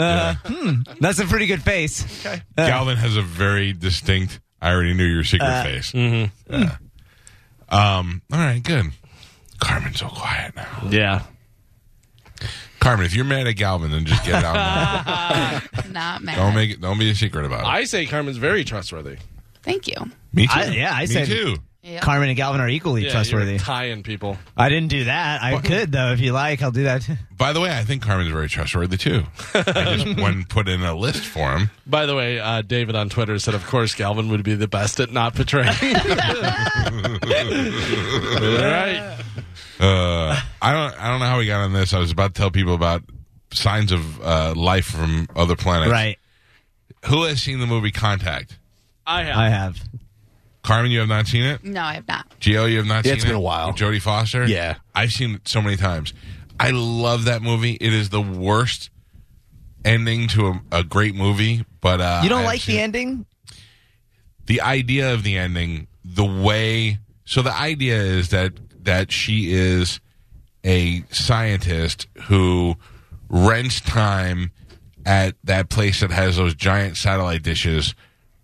[SPEAKER 4] That's a pretty good face. Uh.
[SPEAKER 1] Galvin has a very distinct. I already knew your secret face. Mm-hmm. Um. All right. Good. Carmen's so quiet now.
[SPEAKER 2] yeah.
[SPEAKER 1] Carmen, if you're mad at Galvin, then just get it out.
[SPEAKER 4] *laughs*
[SPEAKER 1] now.
[SPEAKER 3] Not mad.
[SPEAKER 1] don't make it. Don't be a secret about it.
[SPEAKER 2] I say Carmen's very trustworthy.
[SPEAKER 3] Thank you.
[SPEAKER 1] me too.
[SPEAKER 4] I- yeah, I
[SPEAKER 1] me
[SPEAKER 4] said-
[SPEAKER 1] too.
[SPEAKER 3] Yeah.
[SPEAKER 4] Carmen and Galvin are equally
[SPEAKER 2] Yeah,
[SPEAKER 4] trustworthy.
[SPEAKER 2] You're tying people.
[SPEAKER 4] I didn't do that. I could though, if you like, I'll do that. *laughs*
[SPEAKER 1] By the way, I think Carmen's very trustworthy too. I just went and put in a list for him.
[SPEAKER 2] By the way, uh, David on Twitter said, of course, Galvin would be the best at not *laughs* betraying. right.
[SPEAKER 1] Uh, I don't. I don't know how we got on this. I was about to tell people about signs of uh, life from other planets.
[SPEAKER 4] Right.
[SPEAKER 1] Who has seen the movie Contact?
[SPEAKER 2] I have.
[SPEAKER 4] I have.
[SPEAKER 1] Carmen, you have not seen it.
[SPEAKER 3] No, I have not.
[SPEAKER 1] Gio, you have not
[SPEAKER 5] Yeah,
[SPEAKER 1] seen
[SPEAKER 5] it's been a while.
[SPEAKER 1] With Jodie Foster.
[SPEAKER 5] Yeah.
[SPEAKER 1] I've seen it so many times. I love that movie. It is the worst ending to a, a great movie. But uh,
[SPEAKER 4] You
[SPEAKER 1] I
[SPEAKER 4] don't
[SPEAKER 1] have
[SPEAKER 4] like
[SPEAKER 1] seen
[SPEAKER 4] the
[SPEAKER 1] it.
[SPEAKER 4] ending?
[SPEAKER 1] the idea of the ending, the way. So the idea is that that she is a scientist who rents time at that place that has those giant satellite dishes,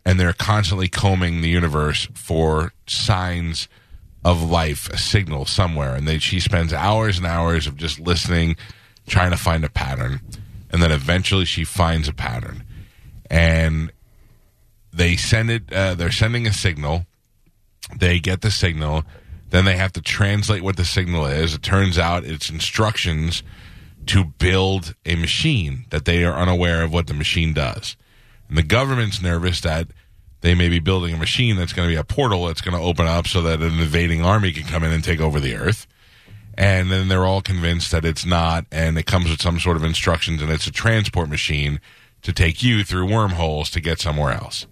[SPEAKER 1] and they're constantly combing the universe for signs of life, a signal somewhere, and then she spends hours and hours of just listening, trying to find a pattern, and then eventually she finds a pattern, and they send it uh, they're sending a signal they get the signal then they have to translate what the signal is it turns out it's instructions to build a machine that they are unaware of what the machine does and the government's nervous that they may be building a machine that's going to be a portal that's going to open up so that an invading army can come in and take over the earth and then they're all convinced that it's not and it comes with some sort of instructions and it's a transport machine to take you through wormholes to get somewhere else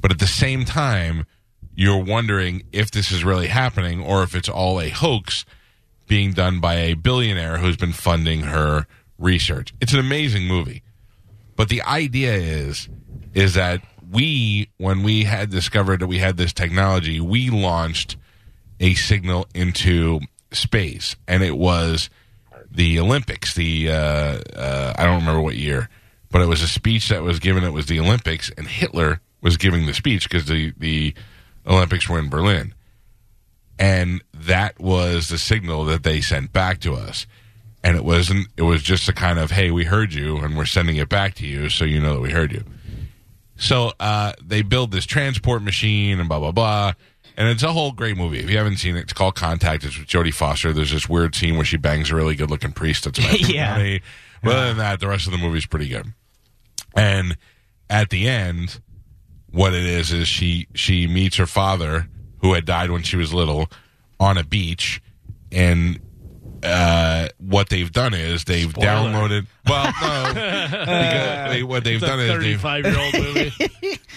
[SPEAKER 1] but at the same time you're wondering if this is really happening or if it's all a hoax being done by a billionaire who's been funding her research it's an amazing movie but the idea is is that we when we had discovered that we had this technology we launched a signal into space and it was the olympics the uh, uh, i don't remember what year but it was a speech that was given it was the olympics and hitler was giving the speech because the, the olympics were in berlin and that was the signal that they sent back to us and it wasn't it was just a kind of hey we heard you and we're sending it back to you so you know that we heard you so uh, they build this transport machine and blah blah blah and it's a whole great movie if you haven't seen it it's called contact it's with jodie foster there's this weird scene where she bangs a really good looking priest that's about
[SPEAKER 4] Yeah.
[SPEAKER 1] yeah. other than that the rest of the movie's pretty good and at the end what it is is she she meets her father who had died when she was little on a beach and uh, what they've done is they've downloaded well no because they, what they've done is they've
[SPEAKER 2] Thirty-five year old movie.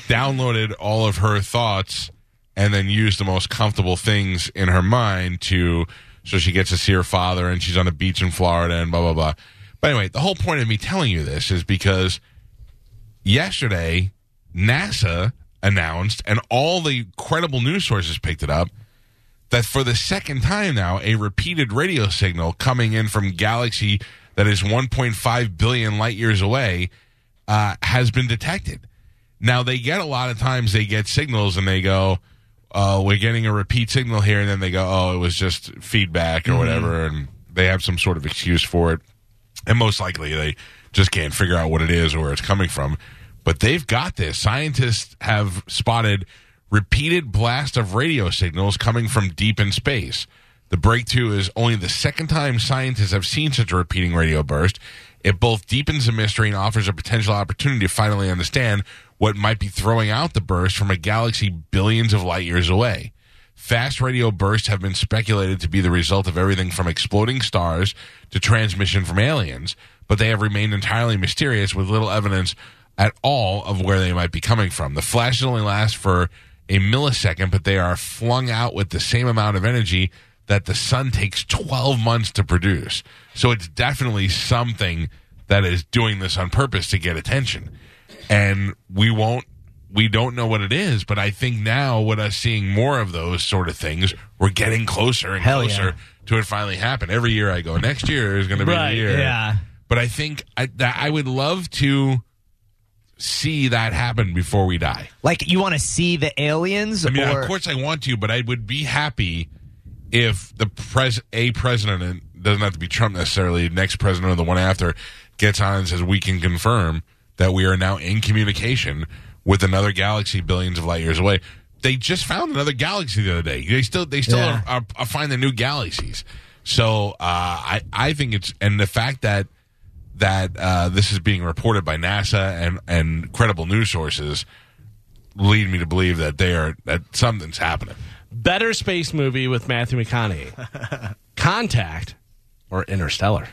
[SPEAKER 1] downloaded all of her thoughts and then used the most comfortable things in her mind to so she gets to see her father and she's on a beach in Florida and blah blah blah. But anyway, the whole point of me telling you this is because yesterday NASA announced and all the credible news sources picked it up that for the second time now a repeated radio signal coming in from galaxy that is 1.5 billion light years away uh, has been detected. Now they get a lot of times they get signals and they go, "Oh, we're getting a repeat signal here," and then they go, "Oh, it was just feedback or whatever," and they have some sort of excuse for it. And most likely they just can't figure out what it is or where it's coming from. But they've got this. Scientists have spotted repeated blast of radio signals coming from deep in space. The breakthrough is only the second time scientists have seen such a repeating radio burst. It both deepens the mystery and offers a potential opportunity to finally understand what might be throwing out the burst from a galaxy billions of light years away. Fast radio bursts have been speculated to be the result of everything from exploding stars to transmission from aliens, but they have remained entirely mysterious with little evidence at all of where they might be coming from. The flashes only last for a millisecond, but they are flung out with the same amount of energy that the sun takes 12 months to produce. So it's definitely something that is doing this on purpose to get attention. And we won't we don't know what it is, but I think now with us seeing more of those sort of things, we're getting closer and
[SPEAKER 4] Hell yeah.
[SPEAKER 1] closer to it finally happen. Every year I go, next year is going to be
[SPEAKER 4] Right,
[SPEAKER 1] the year.
[SPEAKER 4] yeah.
[SPEAKER 1] But I think I, that I would love to see that happen before we die.
[SPEAKER 4] Like you want to see the aliens?
[SPEAKER 1] I mean,
[SPEAKER 4] or,
[SPEAKER 1] of course I want to, but I would be happy if the pres a president and it doesn't have to be Trump necessarily, next president or the one after gets on and says we can confirm that we are now in communication with another galaxy billions of light years away. They just found another galaxy the other day. They still they still
[SPEAKER 4] Yeah.
[SPEAKER 1] are, are, are finding new galaxies. So uh, I I think it's and the fact that that uh, this is being reported by NASA and and credible news sources lead me to believe that they are that something's happening.
[SPEAKER 2] Better space movie with Matthew McConaughey.
[SPEAKER 1] *laughs*
[SPEAKER 2] Contact or Interstellar.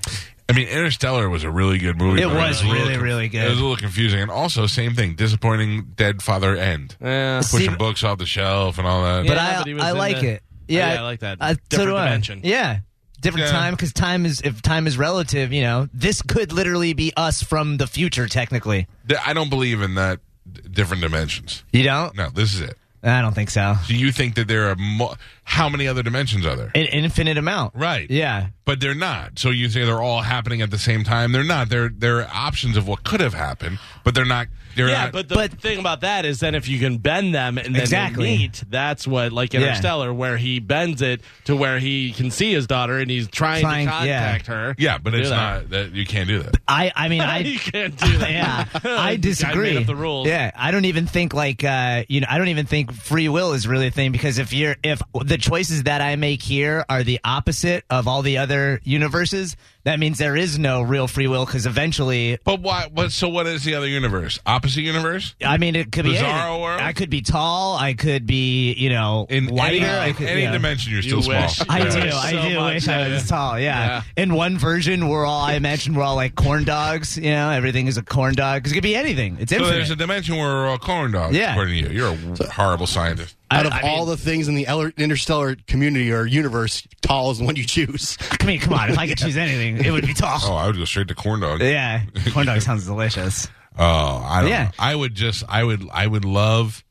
[SPEAKER 1] I mean, Interstellar was a really good movie.
[SPEAKER 4] It
[SPEAKER 1] but
[SPEAKER 4] was
[SPEAKER 1] a little
[SPEAKER 4] really, really good.
[SPEAKER 1] It was a little confusing, and also same thing, disappointing dead father end,
[SPEAKER 2] Yeah.
[SPEAKER 1] pushing
[SPEAKER 4] See-
[SPEAKER 1] books off the shelf and all that.
[SPEAKER 4] but
[SPEAKER 2] Yeah,
[SPEAKER 4] I,
[SPEAKER 2] but he was
[SPEAKER 4] I
[SPEAKER 2] in
[SPEAKER 4] like
[SPEAKER 2] the-
[SPEAKER 4] it. Yeah,
[SPEAKER 2] yeah, I like that.
[SPEAKER 4] so
[SPEAKER 2] Different
[SPEAKER 4] do I.
[SPEAKER 2] dimension.
[SPEAKER 4] Yeah, different
[SPEAKER 1] Yeah.
[SPEAKER 4] time because time is if time is relative. You know, this could literally be us from the future. Technically,
[SPEAKER 1] Th- I don't believe in that d- different dimensions.
[SPEAKER 4] you don't.
[SPEAKER 1] No, this is it.
[SPEAKER 4] I don't think so.
[SPEAKER 1] Do you think that there are mo- how many other dimensions are there?
[SPEAKER 4] An infinite amount.
[SPEAKER 1] Right.
[SPEAKER 4] Yeah.
[SPEAKER 1] But they're not. So you say they're all happening at the same time. They're not. They're they're options of what could have happened, but they're not. They're
[SPEAKER 2] Yeah,
[SPEAKER 1] not-
[SPEAKER 2] but the
[SPEAKER 4] but-
[SPEAKER 2] thing about that is then if you can bend them and then
[SPEAKER 4] Exactly.
[SPEAKER 2] they meet, that's what like
[SPEAKER 4] Yeah.
[SPEAKER 2] Interstellar, where he bends it to where he can see his daughter and he's trying,
[SPEAKER 4] Trying-
[SPEAKER 2] to
[SPEAKER 4] yeah.
[SPEAKER 2] contact her.
[SPEAKER 1] yeah, but
[SPEAKER 2] Do
[SPEAKER 1] it's
[SPEAKER 2] that.
[SPEAKER 1] not. That you can't do that.
[SPEAKER 4] I. I mean, I.
[SPEAKER 2] *laughs* you can't do that.
[SPEAKER 4] yeah, I
[SPEAKER 2] I
[SPEAKER 4] disagree.
[SPEAKER 2] made up the rules.
[SPEAKER 4] Yeah, I don't even think like uh, you know, I don't even think free will is really a thing because if you're if the choices that I make here are the opposite of all the other universes, that means there is no real free will because eventually,
[SPEAKER 1] But why? What? So what is the other universe? Opposite universe?
[SPEAKER 4] I mean, it could be
[SPEAKER 1] Bizarro
[SPEAKER 4] anything.
[SPEAKER 1] world?
[SPEAKER 4] I could be tall. I could be you know
[SPEAKER 1] In any,
[SPEAKER 4] wider. I
[SPEAKER 1] in
[SPEAKER 4] could,
[SPEAKER 1] any
[SPEAKER 4] yeah.
[SPEAKER 1] dimension, you're
[SPEAKER 2] You
[SPEAKER 1] still small.
[SPEAKER 2] wish.
[SPEAKER 4] I
[SPEAKER 2] Yeah.
[SPEAKER 4] do.
[SPEAKER 2] So
[SPEAKER 4] I do
[SPEAKER 2] much,
[SPEAKER 4] wish
[SPEAKER 2] yeah,
[SPEAKER 4] I was
[SPEAKER 2] yeah.
[SPEAKER 4] tall. Yeah. In one version, we're all. I imagine we're all like corn dogs. You know, everything is a corn dog. 'Cause it could be anything. It's
[SPEAKER 1] So
[SPEAKER 4] infinite.
[SPEAKER 1] there's a dimension where we're all corn dogs.
[SPEAKER 4] Yeah.
[SPEAKER 1] According to you, you're a horrible scientist.
[SPEAKER 5] Out of all the things in the ele- interstellar community or universe, tall is the one you choose.
[SPEAKER 4] I mean, come on. If I could choose anything, it would be tall.
[SPEAKER 1] Oh, I would go straight to corn dog.
[SPEAKER 4] Yeah, corn dog sounds delicious.
[SPEAKER 1] Oh, I don't.
[SPEAKER 4] Yeah.
[SPEAKER 1] Know. I would just. I would. I would love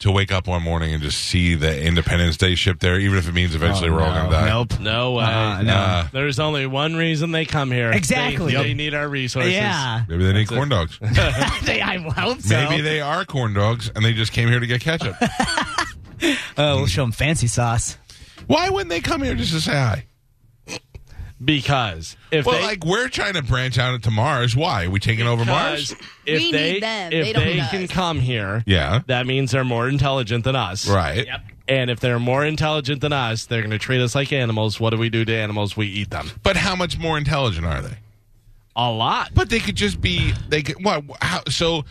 [SPEAKER 1] to wake up one morning and just see the Independence Day ship there, even if it means eventually we're all going to die.
[SPEAKER 4] Oh, Nope.
[SPEAKER 2] No way.
[SPEAKER 4] Uh, no.
[SPEAKER 1] Uh,
[SPEAKER 2] There's only one reason they come here.
[SPEAKER 4] Exactly.
[SPEAKER 2] They, they
[SPEAKER 4] Yep.
[SPEAKER 2] need our
[SPEAKER 4] Oh,
[SPEAKER 2] resources.
[SPEAKER 4] Yeah,
[SPEAKER 1] Maybe they need corn
[SPEAKER 4] *laughs*
[SPEAKER 1] dogs.
[SPEAKER 4] They- I hope so.
[SPEAKER 1] Maybe they are corn dogs and they just came here to get
[SPEAKER 4] *laughs*
[SPEAKER 1] ketchup.
[SPEAKER 4] Oh, we'll show them fancy sauce.
[SPEAKER 1] Why wouldn't they come here just to say hi?
[SPEAKER 2] Because if
[SPEAKER 1] Well,
[SPEAKER 2] they
[SPEAKER 1] like we're trying to branch out into Mars. Why? Are we taking over Mars?
[SPEAKER 2] because if
[SPEAKER 3] We need
[SPEAKER 2] they
[SPEAKER 3] them.
[SPEAKER 2] if they,
[SPEAKER 3] They don't need
[SPEAKER 2] can
[SPEAKER 3] us.
[SPEAKER 2] come here,
[SPEAKER 1] Yeah.
[SPEAKER 2] that means they're more intelligent than us.
[SPEAKER 1] Right.
[SPEAKER 2] And if they're more intelligent than us, they're going to treat us like animals. What do we do to animals? We eat them.
[SPEAKER 1] But how much more intelligent are they?
[SPEAKER 2] A lot.
[SPEAKER 1] But they could just be they could what how so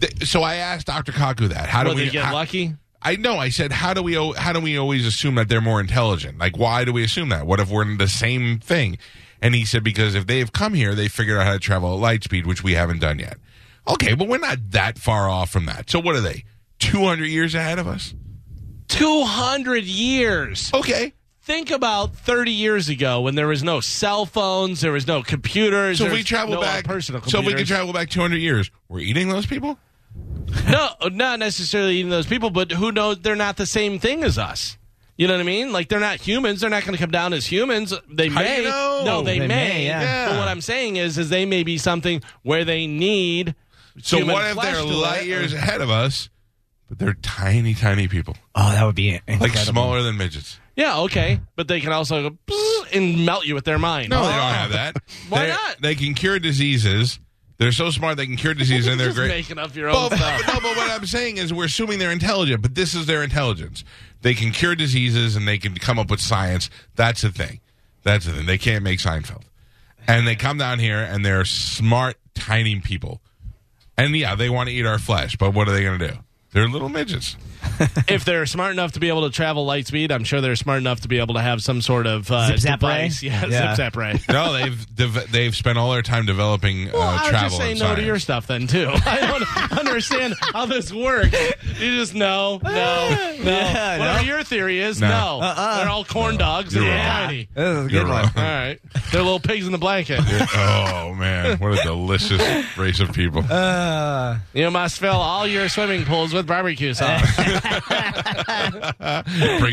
[SPEAKER 1] th- so I asked Dr. Kaku that. How do
[SPEAKER 2] Will
[SPEAKER 1] we
[SPEAKER 2] they get
[SPEAKER 1] how-
[SPEAKER 2] lucky?
[SPEAKER 1] I know I said how do we al- how do we always assume that they're more intelligent? Like why do we assume that? What if we're in the same thing? And he said because if they've come here, they figured out how to travel at light speed, which we haven't done yet. Okay, well we're not that far off from that. So what are they? 200 years ahead of us?
[SPEAKER 2] 200 years.
[SPEAKER 1] Okay.
[SPEAKER 2] Think about 30 years ago when there was no cell phones, there was no computers.
[SPEAKER 1] So if
[SPEAKER 2] there
[SPEAKER 1] we
[SPEAKER 2] was
[SPEAKER 1] travel
[SPEAKER 2] no uh,
[SPEAKER 1] back
[SPEAKER 2] Personal
[SPEAKER 1] So if we
[SPEAKER 2] computers.
[SPEAKER 1] could travel back 200 years, we're eating those people?
[SPEAKER 2] No, not necessarily even those people, but who knows? They're not the same thing as us. You know what I mean? Like they're not humans. They're not going to come down as humans. They
[SPEAKER 1] How do
[SPEAKER 2] may.
[SPEAKER 1] you know? Oh,
[SPEAKER 2] No, they,
[SPEAKER 4] They
[SPEAKER 2] may.
[SPEAKER 4] may, yeah.
[SPEAKER 1] Yeah.
[SPEAKER 2] But what I'm saying is, is they may be something where they need.
[SPEAKER 1] So
[SPEAKER 2] human
[SPEAKER 1] what if
[SPEAKER 2] flesh
[SPEAKER 1] they're
[SPEAKER 2] to
[SPEAKER 1] light
[SPEAKER 2] live?
[SPEAKER 1] years ahead of us, but they're tiny, tiny people,
[SPEAKER 4] Oh, that would be incredible.
[SPEAKER 1] like smaller than midgets?
[SPEAKER 2] Yeah, okay, but they can also *laughs* go "Bzz," and melt you with their mind.
[SPEAKER 1] No, they don't have that.
[SPEAKER 2] *laughs* Why
[SPEAKER 1] They're-
[SPEAKER 2] not?
[SPEAKER 1] They can cure diseases. They're so smart they can
[SPEAKER 2] *laughs*
[SPEAKER 1] cure diseases, and they're
[SPEAKER 2] Just
[SPEAKER 1] great.
[SPEAKER 2] making up your
[SPEAKER 1] Well,
[SPEAKER 2] own
[SPEAKER 1] but,
[SPEAKER 2] stuff.
[SPEAKER 1] but no, but what I'm saying is we're assuming they're intelligent, but this is their intelligence. They can cure diseases and they can come up with science. That's the thing. That's the thing. They can't make Seinfeld. And they come down here and they're smart, tiny people. And yeah, they want to eat our flesh, but what are they going to do? They're little midgets.
[SPEAKER 2] if they're smart enough to be able to travel light speed, I'm sure they're smart enough to be able to have some sort of uh,
[SPEAKER 4] Zip, zap,
[SPEAKER 2] device.
[SPEAKER 4] ray?
[SPEAKER 2] *laughs* Yeah,
[SPEAKER 4] Yeah.
[SPEAKER 2] zip zap ray.
[SPEAKER 1] No, they've dev- they've spent all their time developing
[SPEAKER 2] Well,
[SPEAKER 1] uh,
[SPEAKER 2] I would
[SPEAKER 1] travel.
[SPEAKER 2] just say
[SPEAKER 1] and
[SPEAKER 2] no to
[SPEAKER 1] science.
[SPEAKER 2] your stuff then too. *laughs* I don't understand how this works. You just no, no, no.
[SPEAKER 4] *laughs* Yeah,
[SPEAKER 2] Whatever
[SPEAKER 4] no.
[SPEAKER 2] your theory is,
[SPEAKER 1] No.
[SPEAKER 2] no.
[SPEAKER 4] Uh-uh.
[SPEAKER 2] They're all corn dogs.
[SPEAKER 1] You're
[SPEAKER 2] They're
[SPEAKER 1] wrong.
[SPEAKER 2] tiny.
[SPEAKER 4] This is a
[SPEAKER 1] You're
[SPEAKER 4] good
[SPEAKER 1] wrong.
[SPEAKER 4] one.
[SPEAKER 2] All right, they're little pigs in the blanket.
[SPEAKER 1] oh man, what
[SPEAKER 2] *laughs*
[SPEAKER 1] a delicious race of people.
[SPEAKER 4] Uh,
[SPEAKER 2] You must fill all your swimming pools with barbecue
[SPEAKER 1] *laughs*
[SPEAKER 2] sauce.
[SPEAKER 1] Bring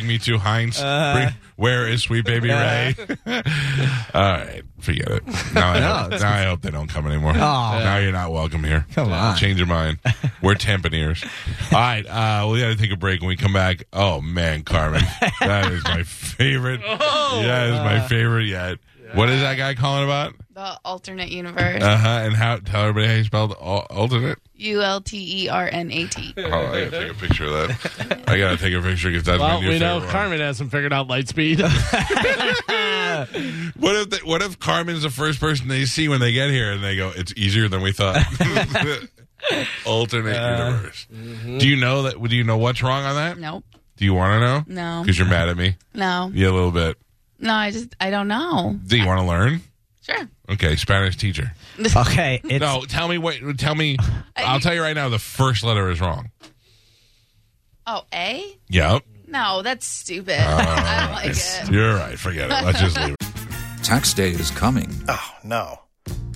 [SPEAKER 1] me to Heinz.
[SPEAKER 2] uh,
[SPEAKER 1] Bring, where is sweet baby
[SPEAKER 2] *laughs*
[SPEAKER 1] Ray? *laughs* all right, forget it. Now I, hope, now I hope they don't come anymore.
[SPEAKER 2] Oh.
[SPEAKER 1] Now you're not welcome here. Come
[SPEAKER 4] on.
[SPEAKER 1] change your mind. We're
[SPEAKER 2] *laughs*
[SPEAKER 1] Tampaneers. All right, uh, we got to take a break. When we come back, oh man, Carmen, that is my
[SPEAKER 2] *laughs*
[SPEAKER 1] favorite.
[SPEAKER 2] Oh,
[SPEAKER 1] that is
[SPEAKER 2] uh,
[SPEAKER 1] my favorite yet. What is that guy calling about?
[SPEAKER 3] The alternate universe.
[SPEAKER 1] Uh huh. And how? Tell everybody how you spelled al- alternate.
[SPEAKER 3] U L T E R N A T.
[SPEAKER 1] Oh, I gotta take a picture of that. I gotta take a picture because that's
[SPEAKER 2] well,
[SPEAKER 1] my new
[SPEAKER 2] we know
[SPEAKER 1] favorite one.
[SPEAKER 2] Carmen hasn't figured out light speed. *laughs*
[SPEAKER 1] What if they, what if Carmen's the first person they see when they get here and they go, "It's easier than we
[SPEAKER 2] *laughs*
[SPEAKER 1] thought." Alternate
[SPEAKER 2] Uh,
[SPEAKER 1] universe.
[SPEAKER 2] mm-hmm.
[SPEAKER 1] Do you know that? Do you know what's wrong on that?
[SPEAKER 3] Nope.
[SPEAKER 1] Do you want to know?
[SPEAKER 3] No.
[SPEAKER 1] Because you're mad at me.
[SPEAKER 3] No.
[SPEAKER 1] Yeah, a little bit.
[SPEAKER 3] No, I just I don't know.
[SPEAKER 1] Do you want to learn?
[SPEAKER 3] Sure.
[SPEAKER 1] Okay, Spanish teacher.
[SPEAKER 4] *laughs* okay, it's
[SPEAKER 1] No, tell me what. Tell me. I'll tell you right now. The first letter is wrong.
[SPEAKER 3] Oh, A?
[SPEAKER 1] Yep.
[SPEAKER 3] No, that's stupid. I don't like it.
[SPEAKER 1] You're right. Forget it. Let's just leave it.
[SPEAKER 9] Tax day is coming.
[SPEAKER 10] Oh, no.